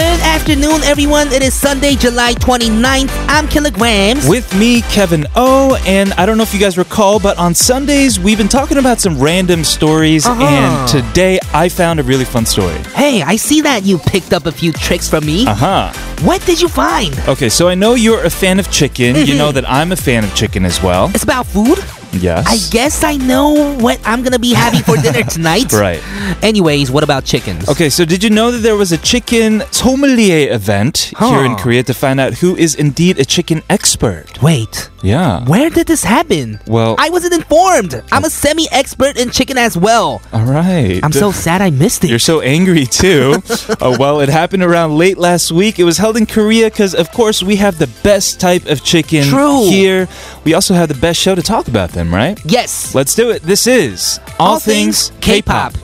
afternoon, everyone. It is Sunday, July 29th. I'm Kilograms. With me, Kevin O. And I don't know if you guys recall, but on Sundays, we've been talking about some random stories. Uh-huh. And today, I found a really fun story. hey, I see that you picked up a few tricks from me. Uh huh. what did you find? Okay, so I know you're a fan of chicken. Mm-hmm. You know that I'm a fan of chicken as well. It's about food. Yes. I guess I know what I'm gonna be having for dinner tonight. Right. Anyways, what about chickens? Okay, so did you know that there was a chicken sommelier event here in Huh. Korea to find out who is indeed a chicken expert? Wait, Yeah. where did this happen? Well- I wasn't informed. I'm a semi expert in chicken as well. All right. I'm so sad I missed it. You're so angry too. uh, well, it happened around late last week. It was held in Korea because, of course, we have the best type of chicken True. here. We also have the best show to talk about them, right? yes. Let's do it. This is All, Things K-Pop.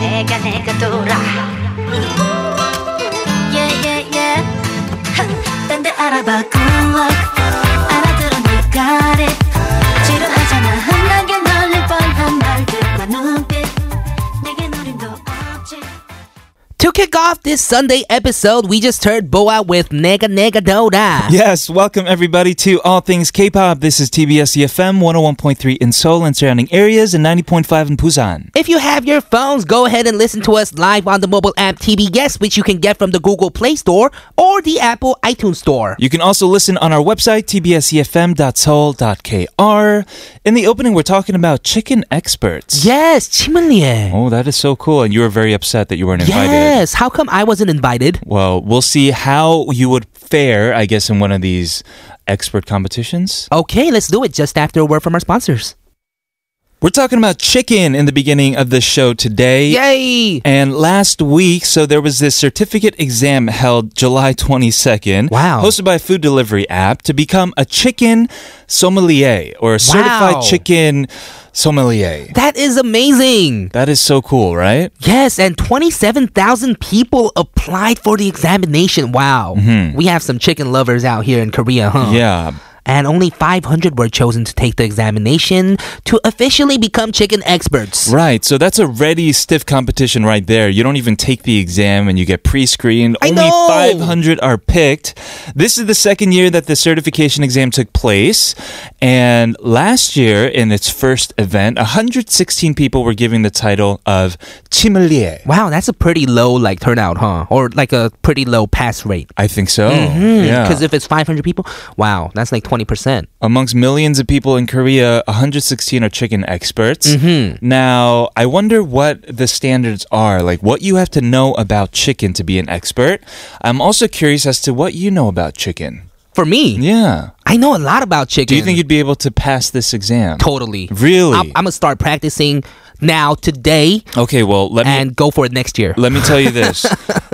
내가 내가 돌아 예예예 딴데 알아봐 good luck 알아들어 널 got it 지루하잖아 흔하게 널릴 뻔한 말들과 눈빛 내게 노림도 없지 To kick off this Sunday episode, we just heard Boa with Nega Nega Doda. Yes, welcome everybody to All Things K-Pop. This is TBS EFM 101.3 in Seoul and surrounding areas and 90.5 in Busan. If you have your phones, go ahead and listen to us live on the mobile app TBS, which you can get from the Google Play Store or the Apple iTunes Store. You can also listen on our website, tbsefm.soul.kr. In the opening, we're talking about chicken experts. Yes, Chimalier. Oh, that is so cool. And you were very upset that you weren't invited. Yes, how come I wasn't invited? Well, we'll see how you would fare, I guess, in one of these expert competitions. Okay, let's do it just after a word from our sponsors. We're talking about chicken in the beginning of the show today. Yay! And last week, so there was this certificate exam held July 22nd. Wow. Hosted by a food delivery app to become a chicken sommelier or a certified Wow. chicken sommelier. That is amazing. That is so cool, right? Yes, and 27,000 people applied for the examination. Wow. We have some chicken lovers out here in Korea, huh? Mm-hmm. Yeah. And only 500 were chosen to take the examination to officially become chicken experts. Right. So that's a ready, stiff competition right there. You don't even take the exam and you get pre screened. I Only know. 500 are picked. This is the second year that the certification exam took place. And last year, in its first event, 116 people were given the title of Chimelier. Wow, that's a pretty low like turnout, huh? Or like a pretty low pass rate. I think so. Yeah. Because if it's 500 people, wow, that's like 20%. Amongst millions of people in Korea, 116 are chicken experts. Mm-hmm. Now, I wonder what the standards are, like what you have to know about chicken to be an expert. I'm also curious as to what you know about chicken. For me, Yeah. I know a lot about chicken. Do you think you'd be able to pass this exam? Totally. Really? I'm, I'm going to start practicing now today Okay, well, let me and go for it next year. Let me tell you this.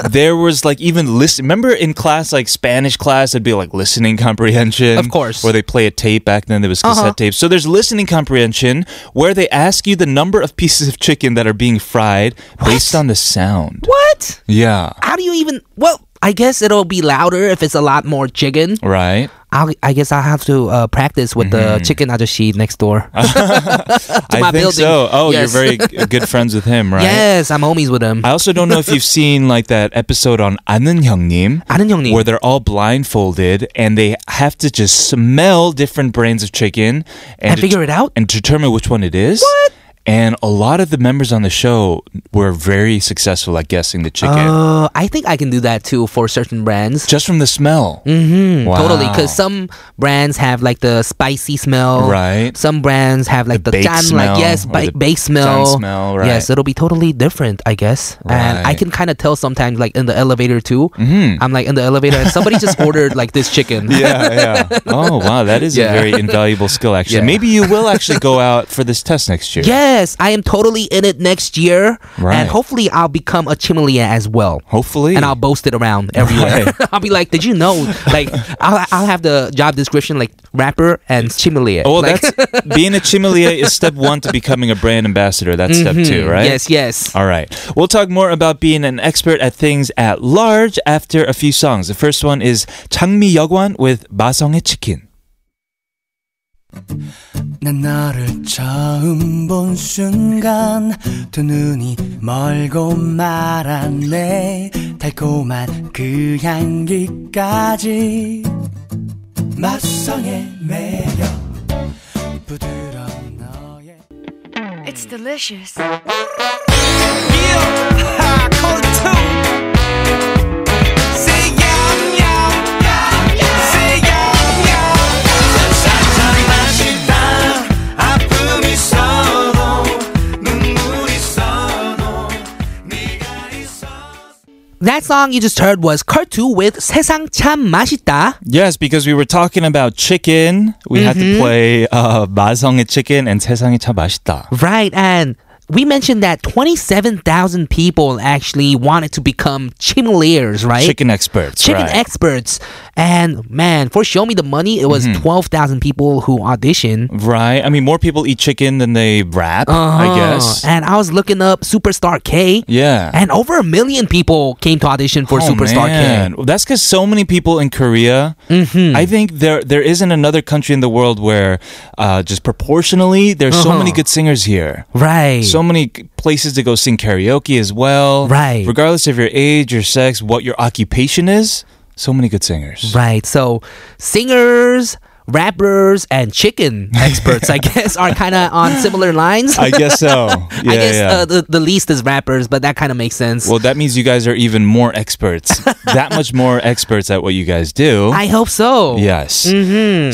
there was like even listen. Remember in class, like Spanish class, it'd be like listening comprehension. Of course. Uh-huh. Where they play a tape. Back then, there was cassette tapes. So there's listening comprehension where they ask you the number of pieces of chicken that are being fried based on the sound. What? Yeah. How do you even? Well, I guess it'll be louder if it's a lot more chicken. Right. I'll, I guess I'll have to uh, practice with Mm-hmm. the chicken ajashi next door. I my think building. so. Oh, Yes. you're very g- good friends with him, right? Yes, I'm homies with him. I also don't know if you've seen like that episode on 아는 형님. 아는 형님. where they're all blindfolded and they have to just smell different brands of chicken And figure it out? and determine which one it is. What? And a lot of the members on the show were very successful at guessing the chicken Uh, I think I can do that too for certain brands. just from the smell. Mm-hmm. Wow. Totally, because some brands have like the spicy smell. Right. Some brands have like the, baked jan, smell like yes, or ba- the base smell. jan smell, right. Yes, it'll be totally different, I guess. And I Right. Mm-hmm. can kind of tell sometimes, like in the elevator too. I'm like in the elevator, and somebody just ordered like this chicken. yeah, yeah. Oh, wow. That is Yeah. a very invaluable skill, actually. Yeah. Maybe you will actually go out for this test next year. Yes, I am totally in it next year, Right. and hopefully I'll become a chimelia as well. Hopefully. and I'll boast it around everywhere. I'll be like, "Did you know?" Like, I'll, I'll have the job description like rapper and chimelia. Oh, well, like, that's being a Chimelia is step one to becoming a brand ambassador. That's step two, right? Mm-hmm. Yes, yes. All right. We'll talk more about being an expert at things at large after a few songs. The first one is 장미 여관 with 마성의 치킨. 난 너를 처음 본 순간 두 눈이 멀고 말았네 달콤한 그 향기까지 맛성의 매력 부드러운 너의 It's delicious. That song you just heard was Cartu with 세상 참 맛있다. Yes, because we were talking about chicken, we had Mm-hmm. to play uh, 마성의 chicken and 세상이 참 맛있다. Right, and we mentioned that 27,000 people actually wanted to become chimeliers, right? Chicken experts. Chicken right. experts. And man, for Show Me the Money, it was Mm-hmm. 12,000 people who auditioned. Right. I mean, more people eat chicken than they rap, I guess. Uh-huh. Uh, And I was looking up Superstar K. yeah. Oh, And over a million people came to audition for Superstar man. K. Well, That's because so many people in Korea. Mm-hmm. I think there there isn't another country in the world where uh, just proportionally there's so many good singers here. Uh-huh. Right. So many g- places to go sing karaoke as well. Right. Regardless of your age, your sex, what your occupation is, so many good singers. Right. So singers, rappers, and chicken experts, I guess, are kind of on similar lines. I guess so. Yeah, I guess yeah. uh, the, the least is rappers, but that kind of makes sense. well, that means you guys are even more experts. that much more experts at what you guys do. I Mm-hmm. hope so. Yes.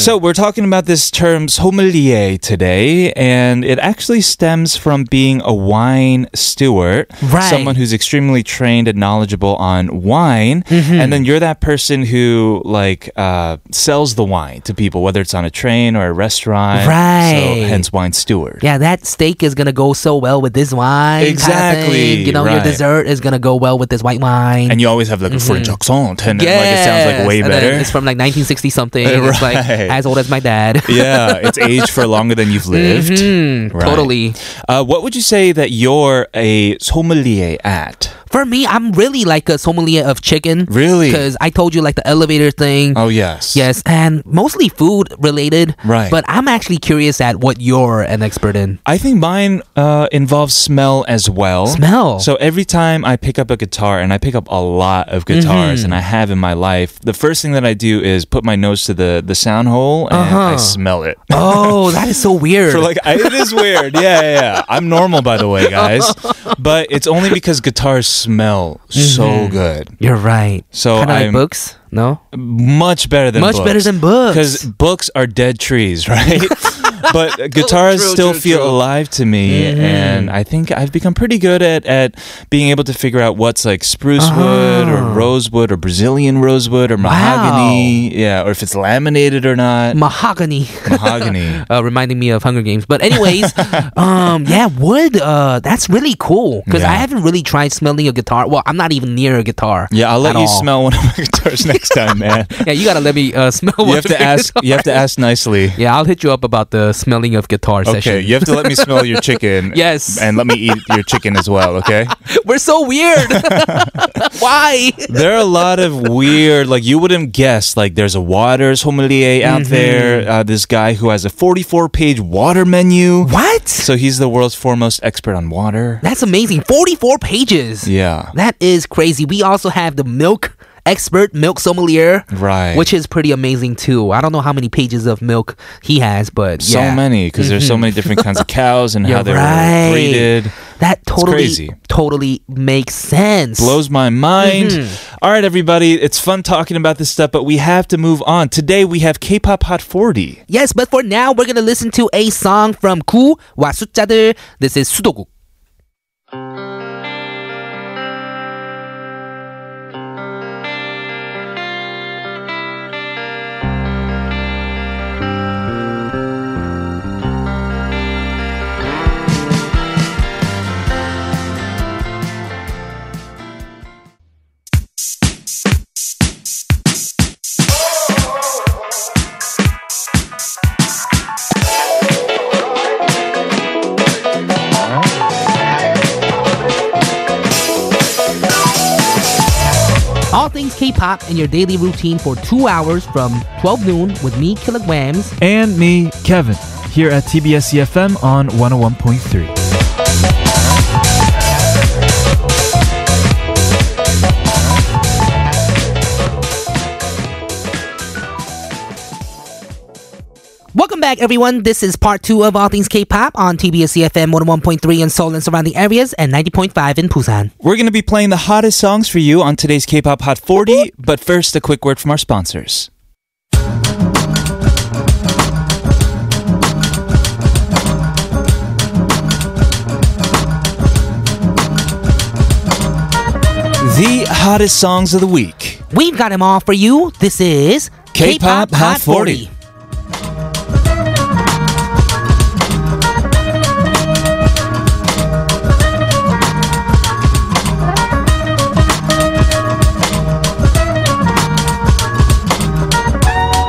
So we're talking about this term sommelier today, and it actually stems from being a wine steward, Right. someone who's extremely trained and knowledgeable on wine, Mm-hmm. and then you're that person who like uh, sells the wine to people, whether it's on a train or a restaurant. Right. So hence wine steward. Yeah, that steak is gonna go so well with this wine. kinda Exactly, thing. You know, your right. dessert is gonna go well with this white wine. And you always have like a French accent, and like it sounds like Mm-hmm. Yes, way and then better. It's from like 1960 something. and It's like Right. as old as my dad. yeah, it's aged for longer than you've lived. Mhm, Right. Totally. Uh, what would you say that you're a sommelier at? For me, I'm really like a sommelier of chicken. Really? Because I told you like the elevator thing. Oh yes. Yes, and mostly food related. Right. But I'm actually curious at what you're an expert in. I think mine uh, involves smell as well. Smell. So every time I pick up a guitar, and I pick up a lot of guitars, Mm-hmm. and I have in my life, the first thing that I do is put my nose to the the sound hole and Uh-huh. I smell it. Oh, that is so weird. For like, I, it is weird. Yeah, yeah, yeah. I'm normal, by the way, guys. But it's only because guitars smell so Mm-hmm. good. you're right. So kind of like I'm- books. No. Much better than Much books. better than books. because books are dead trees, right? but guitars true, still true, feel true. Mm-hmm. alive to me, and I think I've become pretty good at at being able to figure out what's like spruce Ah. wood or rosewood or Brazilian rosewood or mahogany, yeah, or if it's laminated or not. Mahogany. mahogany. Uh, reminding me of Hunger Games, but anyways, um, yeah, wood. Uh, that's really cool because I Yeah. haven't really tried smelling a guitar. Well, I'm not even near a guitar. Yeah, I'll at let you all. smell one of my guitars next time, man. Yeah, you gotta let me uh, smell. you have to ask. You have to ask nicely. Yeah, I'll hit you up about the smelling of guitar Okay, session. you have to let me smell your chicken. Yes. And let me eat your chicken as well, okay? We're so weird. Why? there are a lot of weird, like you wouldn't guess. Like there's a water sommelier out there. Uh, this guy who has a 44 page water menu. What? So he's the world's foremost expert on water. That's amazing. 44 pages. Yeah. That is crazy. We also have the milk expert, milk sommelier. Right. Which is pretty amazing too. I don't know how many pages of milk he has, but so yeah. many because there's so many different kinds of cows and how You're they right. were breeded. That totally crazy. totally makes sense. blows my mind. All right, everybody, it's fun talking about this stuff, but we have to move on. Today we have K-pop Hot 40. yes, but for now we're gonna listen to a song from Ku wa 숫자들. This is 수도국. 넌 things K-pop in your daily routine for two hours from 12 noon with me, Kilograms. And me, Kevin, here at TBS EFM E on 101.3. Welcome back, everyone. This is part two of All Things K-pop on TBS EFM 101.3 in Seoul and surrounding areas and 90.5 in Busan. We're going to be playing the hottest songs for you on today's K-pop Hot 40, but first a quick word from our sponsors. The hottest songs of the week. We've got them all for you. This is K-pop Hot 40.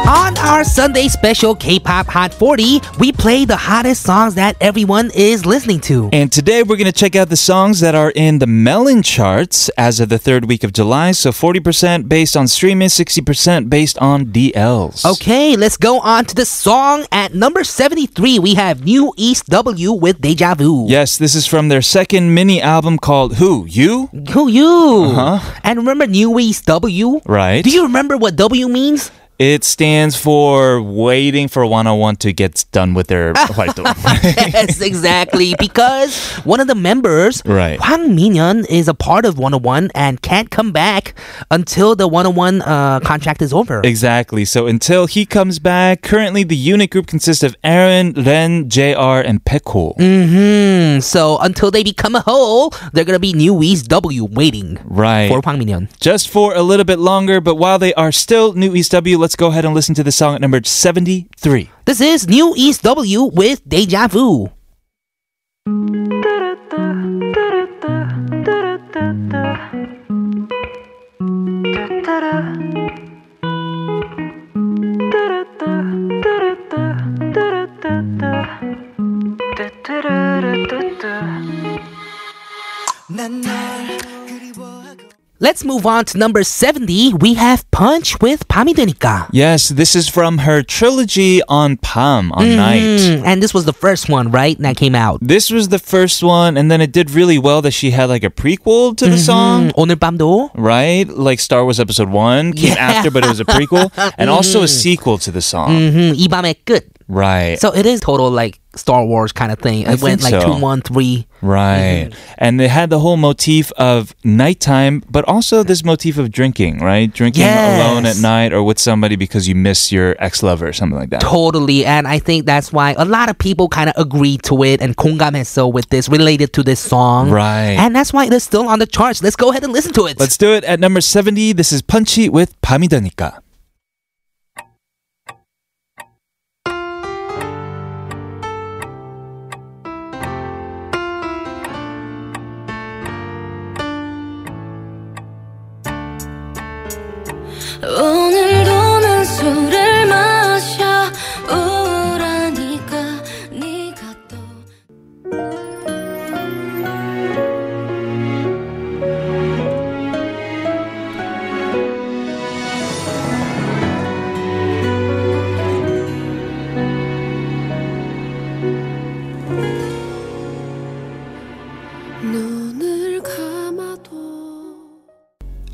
On our Sunday special K-pop Hot 40, we play the hottest songs that everyone is listening to. And today we're going to check out the songs that are in the Melon charts as of the third week of July. So 40% based on streaming, 60% based on DLs. Okay, let's go on to the song. At number 73, we have New East W with Deja Vu. Yes, this is from their second mini album called Who? You? Who you? And remember New East W? Uh-huh. Right. Do you remember what W means? It stands for waiting for 101 to get done with their 활동. yes, exactly. Because one of the members, Right. Hwang Minyeon, is a part of 101 and can't come back until the 101 uh, contract is over. Exactly. So until he comes back, currently the unit group consists of Aaron, Ren, JR, and Pekul. Mm, so until they become a whole, they're gonna be New East W waiting Right. for Hwang Minyeon. Just for a little bit longer, but while they are still New East W, let's go ahead and listen to the song at number 73. This is New East W with Deja Vu. Let's move on to number 70. We have Punch with 밤이 되니까. Yes, this is from her trilogy on Palm on Night. Mm, and this was the first one, right? That came out. This was the first one, and then it did really well that she had like a prequel to the song. Mm, 오늘 밤도 Right? Like Star Wars Episode 1 came after, but it was a prequel, and also a sequel to the song. mm, 이 밤의 끝. Right. So it is total like Star Wars kind of thing. It I went think like so. two, one, three. Right. And they had the whole motif of nighttime, but also this motif of drinking, right? Drinking Yes. alone at night or with somebody because you miss your ex lover or something like that. Totally, and I think that's why a lot of people kind of agreed to it and 공감했어 with this related to this song, Right. And that's why it is still on the charts. Let's go ahead and listen to it. Let's do it at number 70. This is Punchy with 밤이다니까. 오늘도 난 술을 마셔 우라니까 네가 또 눈을 감아도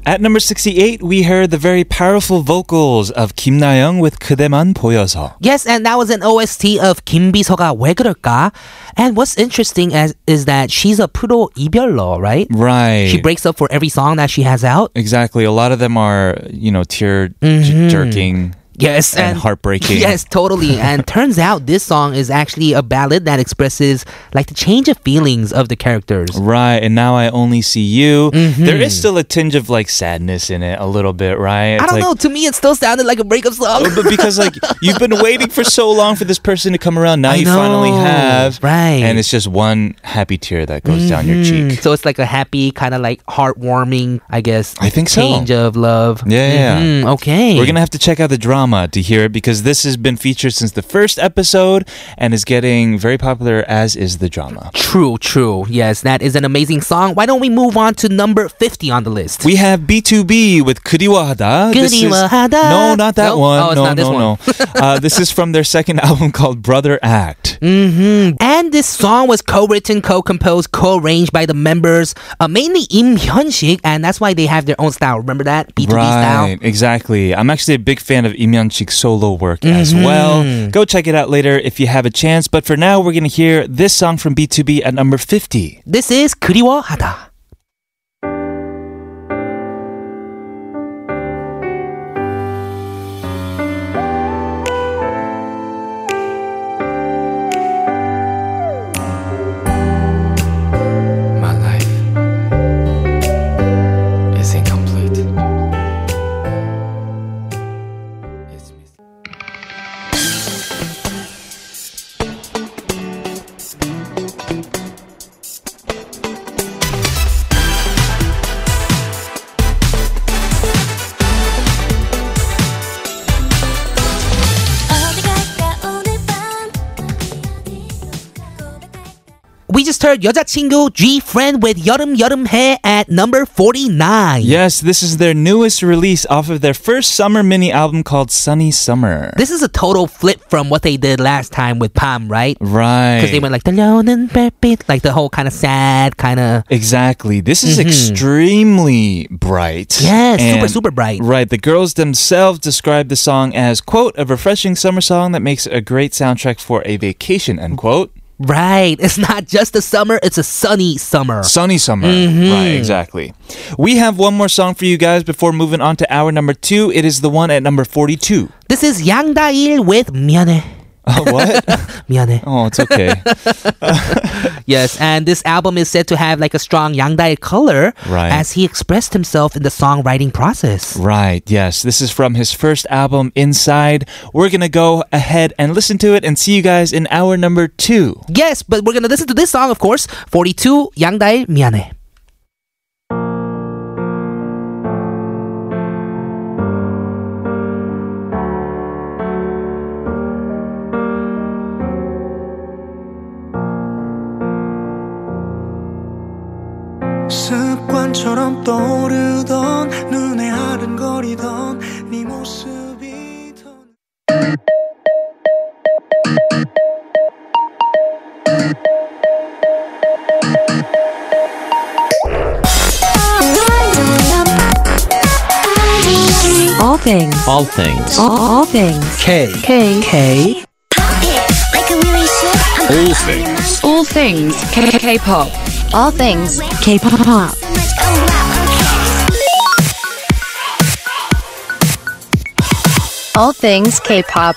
At number 68, we heard the very powerful vocals of Kim Na Young with 그대만 보여서. Yes, and that was an OST of Kim Bisoga 왜 그럴까? And what's interesting as, is that she's a pro 이별러, right? Right. She breaks up for every song that she has out. Exactly. A lot of them are, you know, tear j- Mm-hmm. jerking. Yes, And heartbreaking. Yes, totally. and turns out this song is actually a ballad that expresses like the change of feelings of the characters. Right, and now I only see you. Mm-hmm. There is still a tinge of like sadness in it, a little bit, right? It's I don't like, Oh, know. To me, it still sounded like a breakup song. but because like you've been waiting for so long for this person to come around, now I you finally know, have, right. Mm-hmm. And it's just one happy tear that goes down your cheek. so it's like a happy, kind of like heartwarming, I guess. I think so. Change of love. Yeah, yeah, yeah. Mhm, okay. We're gonna have to check out the drama drama to hear it because this has been featured since the first episode and is getting very popular, as is the drama. True, true. Yes, that is an amazing song. Why don't we move on to number 50 on the list? We have B2B with 그리워하다. This is- 그리워하다. No, not that Nope. one. Oh, it's no, not this no, no. uh, this is from their second album called Brother Act. and this song was co-written, co-composed, co-arranged by the members, uh, mainly Im Hyun-sik, and that's why they have their own style. Remember that? B2B E style. Right, exactly. I'm actually a big fan of Im Yeon Chik's solo work as Mm-hmm. well. Go check it out later if you have a chance. But for now, we're going to hear this song from B2B at number 50. This is 그리워하다. My life is incomplete. It's missing. 어디 갈까 오늘 밤 어디 어디로 고백할까 We just heard 여자친구 G-Friend with 여름 여름해 at number 49. Yes, this is their newest release off of their first summer mini album called Sunny Summer. This is a total flip from what they did last time with Palm, right? right. Because they went like 달려오는 별빛, like the whole kind of sad kind of. Exactly. This is extremely bright. Mm-hmm. Yes, super, super bright. Right. The girls themselves describe the song as, quote, a refreshing summer song that makes a great soundtrack for a vacation, end quote. Right. It's not just a summer; it's a sunny summer. Sunny summer. Right, exactly. We have one more song for you guys before moving on to hour number two. It is the one at number 42. This is Yang Da-il with 미안해, Oh, what? 미안해. oh, it's okay. Yes, and this album is said to have like a strong Yangdae color Right. as he expressed himself in the songwriting process. Right, yes. This is from his first album, Inside. We're going to go ahead and listen to it and see you guys in hour number two. Yes, but we're gonna listen to this song, of course. 42, Yangdae 미안해. 습관처럼 떠오르던 눈에 아른거리던 네 모습이 더 All things. All things. All, all things. K. K. K. All things. All things. K. K-pop. All things. K-pop. All things K-pop.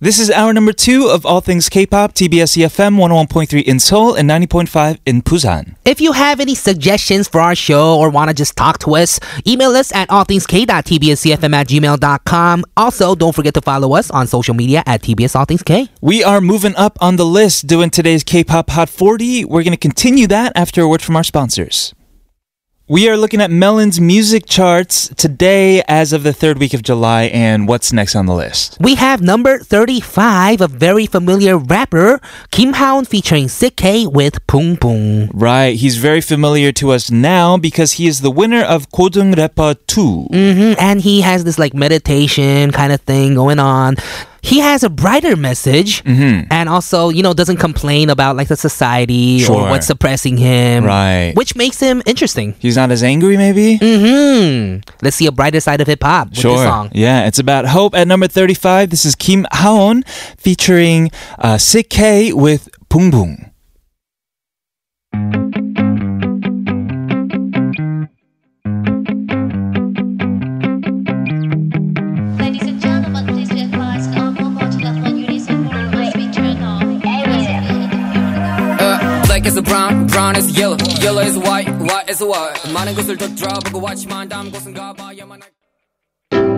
This is hour number two of All Things K-Pop, TBS EFM 101.3 in Seoul and 90.5 in Busan. If you have any suggestions for our show or want to just talk to us, email us at allthingsk.tbscfm at gmail.com. Also, don't forget to follow us on social media at TBS All Things K. We are moving up on the list doing today's K-Pop Hot 40. We're going to continue that after a word from our sponsors. We are looking at Melon's music charts today as of the third week of July and what's next on the list. We have number 35, a very familiar rapper, Kim Haun featuring Sick K with Pung Pung. Right, he's very familiar to us now because he is the winner of Kodung Repa 2. hmm And he has this like meditation kind of thing going on. He has a brighter message Mm-hmm. and also, you know, doesn't complain about like the society Sure. or what's suppressing him. Right. Which makes him interesting. He's not as angry maybe? hmm Let's see a brighter side of hip hop with this song. Yeah, it's about hope. At number 35, this is Kim Haon featuring uh, Sik K with Bung Bung. Ladies and gentlemen, please be advised all mobile telephone units and phone lines be turned off. Uh, black is brown, brown is yellow, yellow is white, white is white. 많은 것을 더 들어보고 watch만 담은 곳은가 봐야만 할-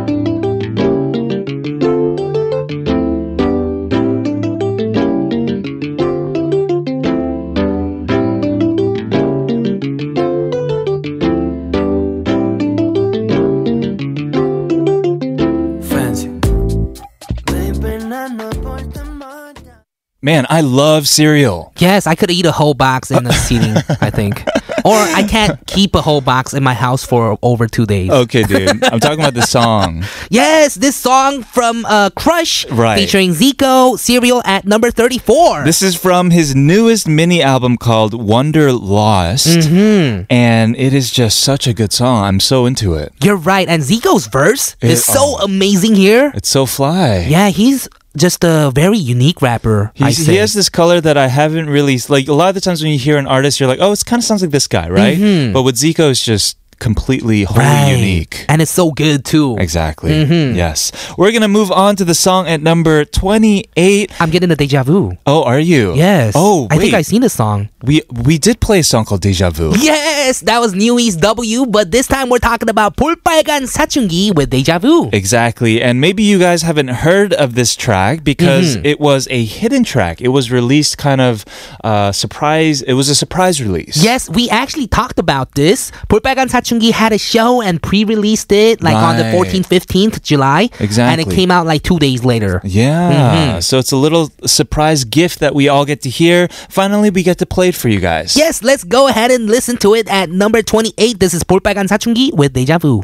Man, I love cereal. Yes, I could eat a whole box in a seating, I think. Or I can't keep a whole box in my house for over two days. Okay, dude. I'm talking about the song. Yes, this song from uh, Crush Right. featuring Zico, Cereal at number 34. This is from his newest mini album called Wonder Lost. Mm-hmm. And it is just such a good song. I'm so into it. You're right. And Zico's verse It- is so oh. amazing here. It's so fly. Yeah, he's just a very unique rapper. I He's, he say. has this color that I haven't really like. A lot of the times when you hear an artist, you're like, "Oh, it kind of sounds like this guy," right? But with Zico, it's just completely wholly Mm-hmm. Right. Mm-hmm. unique. And it's so good too. Exactly. Yes, we're gonna move on to the song at number twenty-eight. I'm getting a deja vu. Oh, are you? Yes. Oh, wait. I think I've seen this song. we we did play a song called Deja Vu. Yes, that was New East W, but this time we're talking about 볼빨간 사춘기 with Deja Vu. Eh. Exactly. And maybe you guys haven't heard of this track because Mm-hmm. it was a hidden track. It was released kind of uh, surprise. It was a surprise release. Yes, we actually talked about this. 볼빨간 사춘기 had a show and pre-released it like on the Right. 14th, 15th July. And it Exactly. came out like two days later. Mm-hmm. Yeah. So it's a little surprise gift that we all get to hear. Finally, we get to play it for you guys. Yes, let's go ahead and listen to it at number 28. This is 볼빨간 사춘기 with Deja Vu.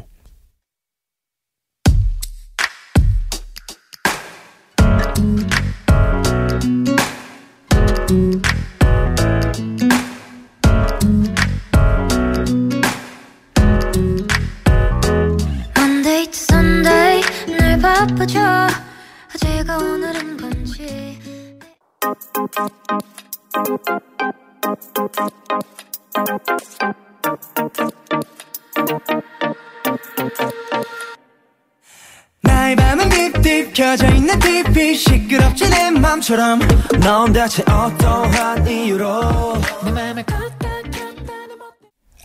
Monday to Sunday 늘 바쁘죠 어제가 오늘인 건지 나의 밤은 딥딥 켜져 있는 TV 시끄럽지 내 맘처럼 넌 대체 어떠한 이유로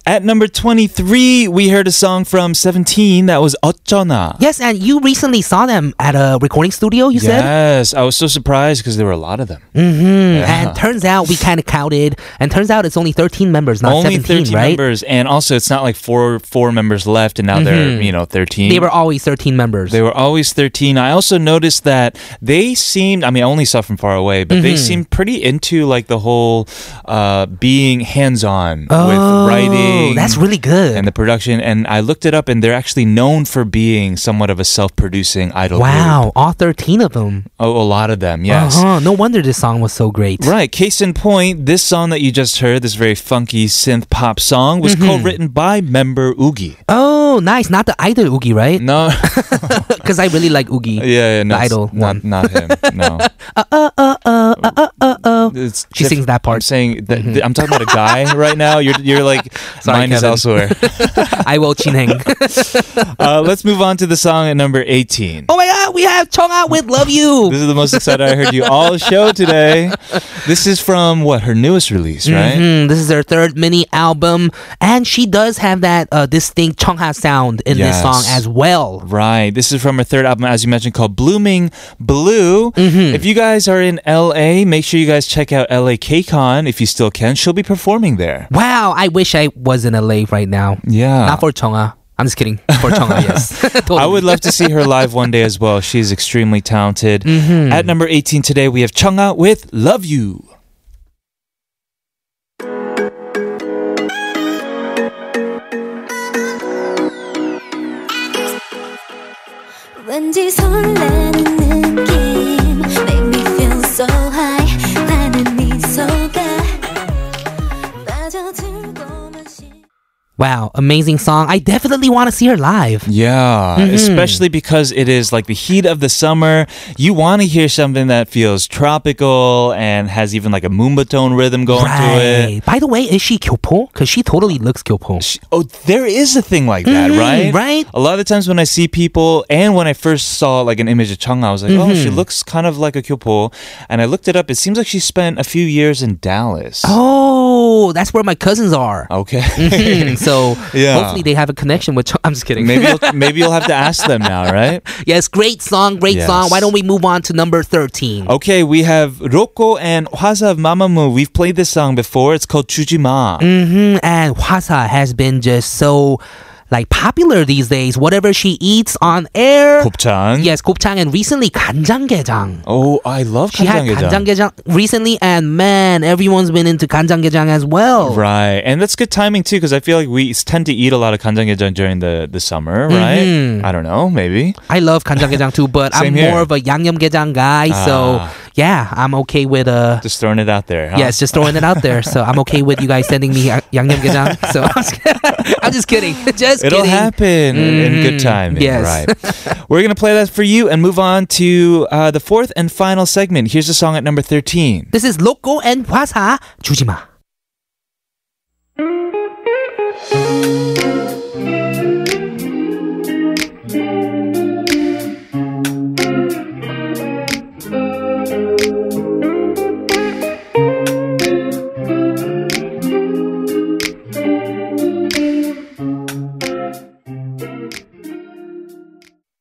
At number 23, we heard a song from 17 that was Ochona. Yes, and you recently saw them at a recording studio, you said? Yes, I was so surprised because there were a lot of them. And turns out we kind of counted, and turns out it's only 13 members, not Only 17, 13 right? members, and also it's not like four four members left, and now they're you know 13. Mm-hmm. They were always 13 members. They were always 13. I also noticed that they seemed, I mean, I only saw from far away, but Mm-hmm. they seemed pretty into like the whole uh, being hands on with Oh, writing. That's really good. And the production. And I looked it up, and they're actually known for being somewhat of a self producing idol. wow, group. all 13 of them. A, a lot of them, yes. Uh-huh. No wonder this song was so great. Right. Case in point, this song that you just heard, this very funky synth pop song, was Mm-hmm. co written by member Oogie. Oh, nice. Not the idol Oogie, right? No. Because I really like Oogie. yeah, yeah, no. The it's idol one. Uh-uh, Not, not him. No. It's She uh-uh. diff- sings that I'm part. Mm-hmm. saying that th- I'm talking about a guy right now. You're you're like Sorry, mine is Kevin. elsewhere. I will Chin Heng. Uh, let's move on to the song at number 18. oh my God, we have Chong Out with Love This You. is the most excited I heard you all show today. This is from what her newest release, right? Mm, this is her third mini album, and she does have that uh, distinct Chong Ha sound in this Yes. song as well. Right. This is from her third album, as you mentioned, called Blooming Blue. Mm-hmm. If you guys are in LA, make sure you guys check out LA KCON if you still can. She'll be performing there. Wow, I wish I was in LA right now. Yeah. Not for Chong Ha. I'm just kidding. For Chong Ha, yes. Totally. I would love to see her live one day as well. She's extremely talented. Mm-hmm. At number 18 today, we have Chunga with Love You. 왠지 설레는 느낌 Make me feel so high 나는 네 미소가 빠져들고만 싶 Wow, amazing song. I definitely want to see her live. Yeah, Mm-hmm. especially because it is like the heat of the summer. You want to hear something that feels tropical and has even like a Moomba tone rhythm going to it. By the way, is she Kyopo? Because she totally looks Kyopo. Sh- Oh, there is a thing like that, right? Mm-hmm. right. A lot of times when I see people, and when I first saw like an image of Chunga, I was like, oh, Mm-hmm. she looks kind of like a Kyopo. And I looked it up. It seems like she spent a few years in Dallas. Oh, that's where my cousins are. Okay. Mm, so Oh. Yeah. hopefully they have a connection with. Ch- I'm just kidding. maybe you'll, maybe you'll have to ask them now, right? yes, great song, great Yes. song. Why don't we move on to number thirteen? Okay, we have Roko and Hwaza of Mamamoo. We've played Mm. this song before. It's called Chujima. And Hwasa has been just so like popular these days. Whatever she eats on air. 곱창. Yes, 곱창 and recently 간장게장. Oh, I love She had 간장게장. 간장게장 recently, and man, everyone's been into 간장게장 as well. Right, and that's good timing too, because I feel like we tend to eat a lot of 간장게장 during the the summer, right? Mm-hmm. I don't know, maybe. I love 간장게장 too, but I'm Same here. more of a 양념게장 guy. So Ah. yeah, I'm okay with uh. Just throwing it out there. Huh? Yes, just throwing it out there. So I'm okay with you guys sending me yangnyeomgaejang. So I'm just kidding. Just It'll kidding. Mm-hmm. happen in in good time. yes. Right. We're going to play that for you and move on to uh, the fourth and final segment. Here's a song at number 13. This is Loco and Hwasa 주지마.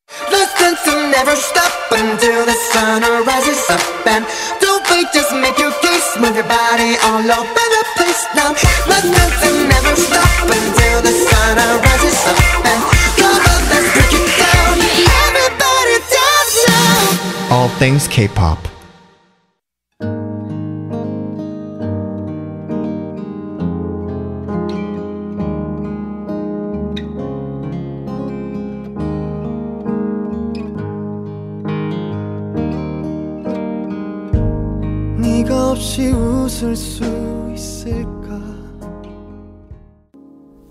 The sense will never stop until the sun rises up and don't wait, just make your case, move your body all over the place now. The sense will never stop until the sun rises up and come on, let's break it down. Everybody dance now. All things K-pop. 네가 없이 웃을 수 있을까?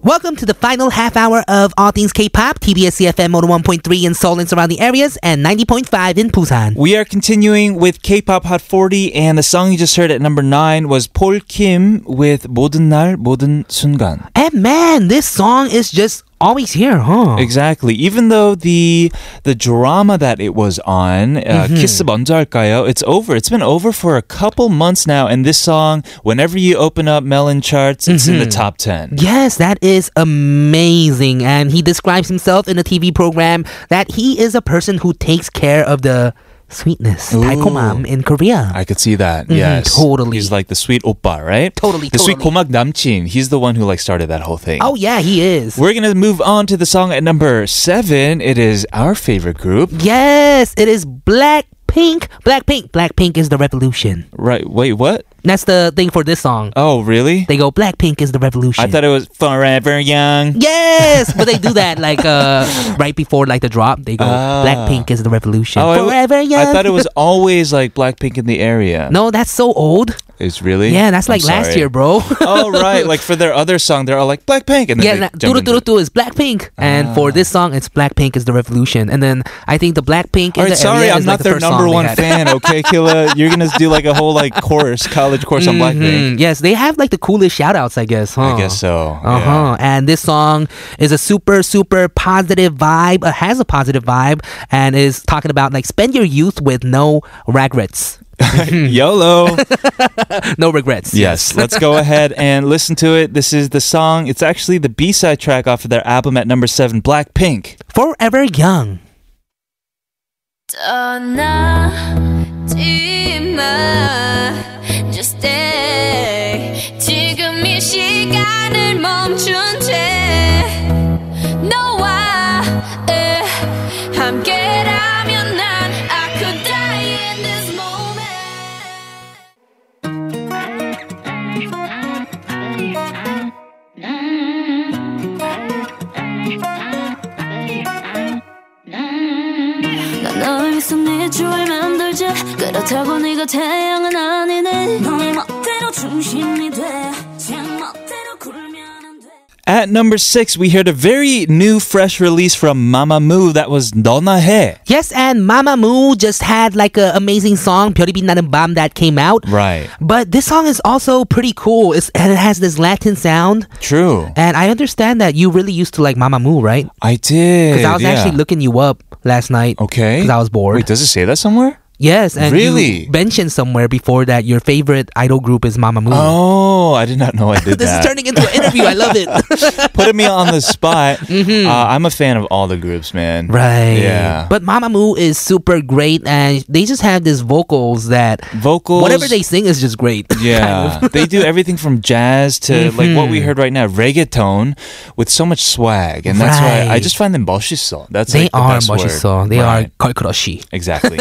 Welcome to the final half hour of All Things K-pop, TBS CFM 101.3 in Seoul and surrounding areas, and 90.5 in Busan. We are continuing with K-pop Hot 40, and the song you just heard at number nine was Paul Kim with 모든 날 모든 순간. And man, this song is just always here, huh? Exactly. Even though the the drama that it was on, uh, Mm-hmm. Kiss 먼저 할까요? It's over. It's been over for a couple months now, and this song, whenever you open up Melon charts, it's in the Mm-hmm. top ten. Yes, that is amazing. And he describes himself in a TV program that he is a person who takes care of the sweetness, 달콤함 in Korea. I could see that. Mhm, yes, totally. He's like the sweet oppa, right? Totally, The sweet totally. komak namchin. He's the one who like started that whole thing. oh yeah, he is. We're gonna move on to the song at number seven. It is our favorite group. yes, it is Blackpink. Blackpink. Blackpink is the revolution. Right? Wait, what? That's the thing for this song. Oh, really? They go Blackpink is the revolution. I thought it was Forever Young. Yes, but they do that like uh right before like the drop. They go Ah. Blackpink is the revolution. Oh, I w- Forever young. I thought it was always like Blackpink in the area. No, that's so old. It's really? Yeah, that's I'm like last sorry. year, bro. oh, right. Like for their other song, they're all like Blackpink. And then Yeah, they na- jump Duru into Duru it. Ah. Duru is Blackpink, and for this song, it's Blackpink is the revolution, and then I think the Blackpink. in All right, the sorry, area is I'm like not the their first song number they one had. fan, okay, Killa? You're going to do like a whole like course, college course on Blackpink. Mm, yes, they have like the coolest shout outs, I guess, huh? I guess so. Uh huh. And this song is a super, super positive vibe, uh, has a positive vibe, and is talking about like spend your youth with no regrets. Hmm. Yeah. YOLO. No regrets. yes, let's go ahead and listen to it. This is the song. It's actually the B side track off of their album at number seven, Blackpink. Forever young. 떠나지마 Just stay 지금 이 시간을 멈춘 채 너와 의 함께라면 난 I could die in this moment 난 너의 미소내 주얼 만들지 그렇다고 네가 태양은 아니네 너의 멋대로 중심이 돼제 멋대로 굴면 안돼 At number six, we heard a very new, fresh release from Mamamoo that was Donna He. Yes, and Mama Moo just had like an amazing song, 별이 빛나는 밤, that came out. Right. But this song is also pretty cool. It's, and it has this Latin sound. True. And I understand that you really used to like Mama Moo, right? I did. Because I was yeah. actually looking you up last night. Okay. Because I was bored. Wait, does it say that somewhere? Yes, and Really? you mentioned somewhere before that your favorite idol group is Mamamoo. Oh, I did not know I Mm. did this that. is turning into an interview. I love it. Putting me on the spot. Uh, I'm a fan of all the groups, man. Mm-hmm. Right. Yeah. But Mamamoo is super great, and they just have these vocals that Vocals. whatever they sing is just great. Yeah, they do everything from jazz to like what Mm-hmm. we heard right now, reggaeton, with so much swag, and that's why I Right. just find them 멋있어. That's they like the are best word. 멋있어. They are Right. 걸크러쉬. exactly.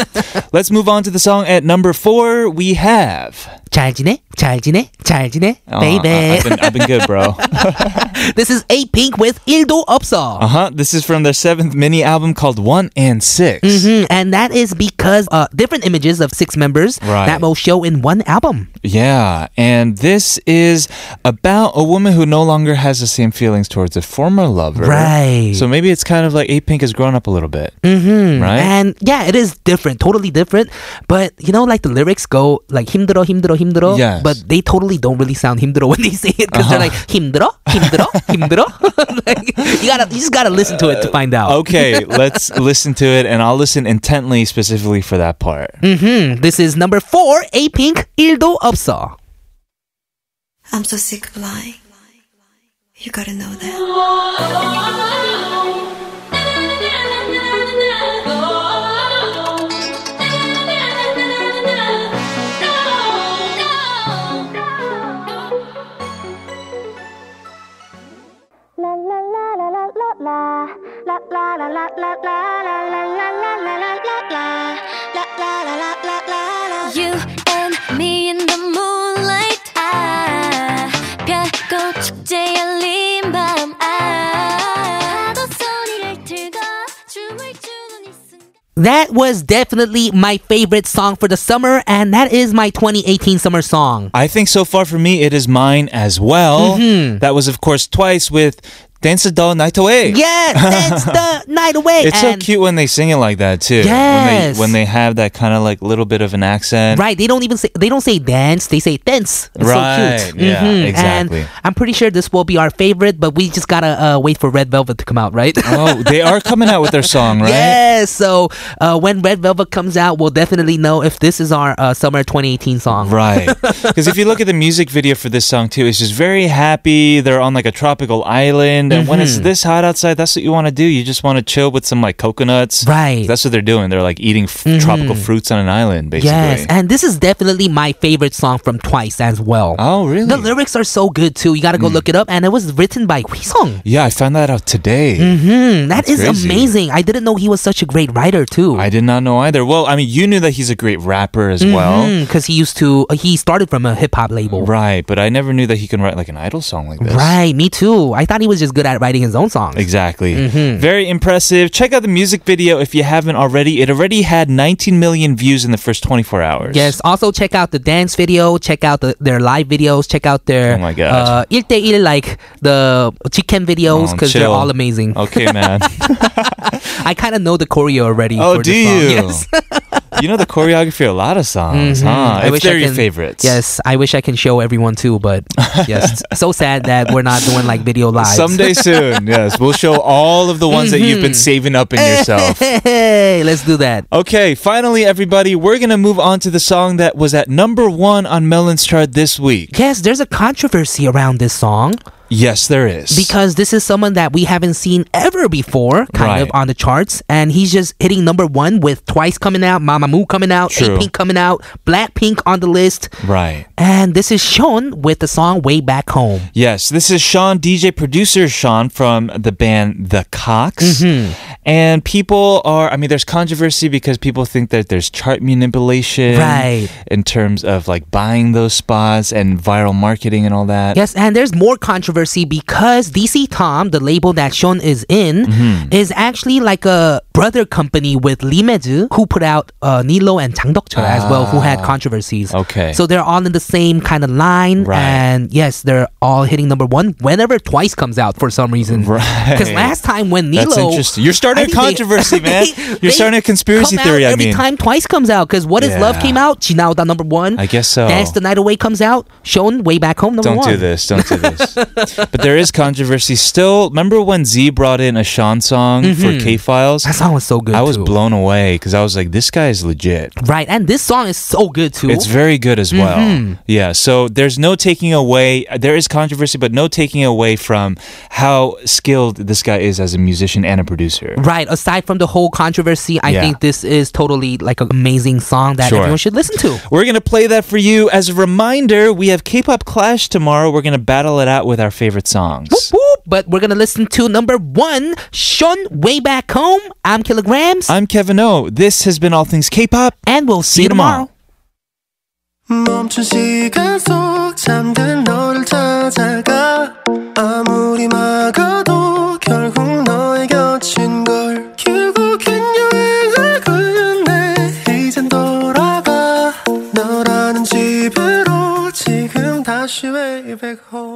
Let's move on to the song at number four. We have 잘 지내, 잘 지내, 잘 지내, Uh, I- baby. I've, been, I've been good, bro. this is A Pink with 일도 없어. Uh huh. This is from their seventh mini album called One and 6 Mhm, And that is because uh, different images of six members Right. that will show in one album. Yeah, and this is about a woman who no longer has the same feelings towards a former lover. Right. So maybe it's kind of like A Pink has grown up a little bit. Mm-hmm. Right. And yeah, it is different, totally different. But you know, like the lyrics go like 힘들어, 힘들어, 힘들어. Yes. Uh-huh. But they totally don't really sound 힘들어 when they say it because they're like 힘들어, 힘들어, 힘들어. like, you gotta, you just gotta listen to it to find out. Uh, okay, let's listen to it, and I'll listen intently, specifically for that part. Mm. Hmm, This is number four. A Pink 일도 없어. I'm so sick of lying. You gotta know that. Oh, oh. You and me in the moonlight 아 별꽃 축제의 열린 밤아 파도 소리를 틀고 춤을 추는 이 순간 That was definitely my favorite song for the summer, and that is my 2018 summer song. I think so far for me, it is mine as well. Mm-hmm. That was, of course, twice with Dance the Doll Night Away. Yeah, that's the night away. It's and so cute when they sing it like that too. When Yes. they, when they have that kind of like little bit of an accent. Right, they don't even say they don't say dance, they say dance. It's so Right, cute. yeah, Mhm. exactly. And I'm pretty sure this will be our favorite, but we just gotta uh, wait for Red Velvet to come out, right? Oh, they are coming out with their song, right? Yes. So uh, when Red Velvet comes out, we'll definitely know if this is our uh, summer 2018 song. Right. Because if you look at the music video for this song too, it's just very happy. They're on like a tropical island. And when it's Mm-hmm. this hot outside, that's what you want to do. You just want to chill with some like coconuts. Right. Mm-hmm. That's what they're doing. They're like eating f- tropical fruits on an island, basically. Yes, and this is definitely my favorite song from Twice as well. oh, really? Hmm. The lyrics are so good too. You gotta go look it up, and it was written by Huisong. yeah, I found that out today. Mm, that's crazy. amazing. I didn't know he was such a great writer too. I did not know either. Well, I mean, you knew that he's a great rapper as well. because Hmm, he used to uh, he started from a hip hop label. Right. But I never knew that he can write like an idol song like this. Right, me too. I thought he was just good at writing his own songs. Exactly. Mm-hmm. Very impressive. Check out the music video if you haven't already. It already had 19 million views in the first 24 hours. Yes. Also, check out the dance video. Check out the, their live videos. Check out their Oh my God. uh, 1대1 like the chicken videos Oh, because they're chill. Oh. all amazing. Okay, man. I kind of know the choreo already. oh, for do this you? song. Yes. Mm-hmm. You know the choreography of a lot of songs, huh? I if wish I they're your can- favorites. Yes. I wish I can show everyone too, but yes, so sad that we're not doing like video lives. Someday soon, yes. We'll show all of the ones that you've Mm-hmm. been saving up in yourself. Hey, let's do that. Okay, finally, everybody, we're going to move on to the song that was at number one on Melon's chart this week. Yes, there's a controversy around this song. Yes, there is. because this is someone that we haven't seen ever before, kind Right. of on the charts, and he's just hitting number one with Twice coming out, Mamamoo coming out, True. A Pink coming out, Blackpink on the list, Right. and this is Sean with the song "Way Back Home." Yes, this is Sean, DJ producer Sean from the band The Cox. Mm-hmm. And people are, I mean, there's controversy because people think that there's chart manipulation Right. in terms of like buying those spots and viral marketing and all that. Yes, and there's more controversy because DC Tom, the label that Sean is in, Mm-hmm. is actually like a brother company with Lee Meju, who put out uh, Nilo and Chang Deok as well, who had controversies. Ah, Okay. So they're all in the same kind of line. Right. And yes, they're all hitting number one whenever Twice comes out for some reason. Right. Because last time when Nilo. That's interesting. You're starting I a think they- controversy, man. You're starting a conspiracy come theory, Out I every mean. time Twice comes out, because What Is Love Yeah. came out, Chinauda number one. I guess so. Dance the Night Away comes out, Sean Way Back Home number Don't one. do this. Don't do this. but there is controversy still. Remember when Z brought in a Sean song for Mhm. K Files? That song was so good. I was too. blown away because I was like, this guy is legit. Right, and this song is so good too. It's very good as well. Mhm. Yeah. So there's no taking away. There is controversy, but no taking away from how skilled this guy is as a musician and a producer. Right. Aside from the whole controversy, I Yeah. think this is totally like an amazing song that Sure. everyone should listen to. We're going to play that for you. As a reminder, we have K pop clash tomorrow. We're going to battle it out with our favorite songs. Woo, But we're gonna listen to number one, Shun Way Back Home. I'm Kilograms, I'm Kevin O. This has been All Things K pop. and we'll see, you tomorrow. 멈춘 시간 속 잠든 너를 찾아가 아무리 막아도 결국 너의 곁인 걸 결국엔 여행을 끝내 이젠 돌아가 너라는 집으로 지금 다시 way back home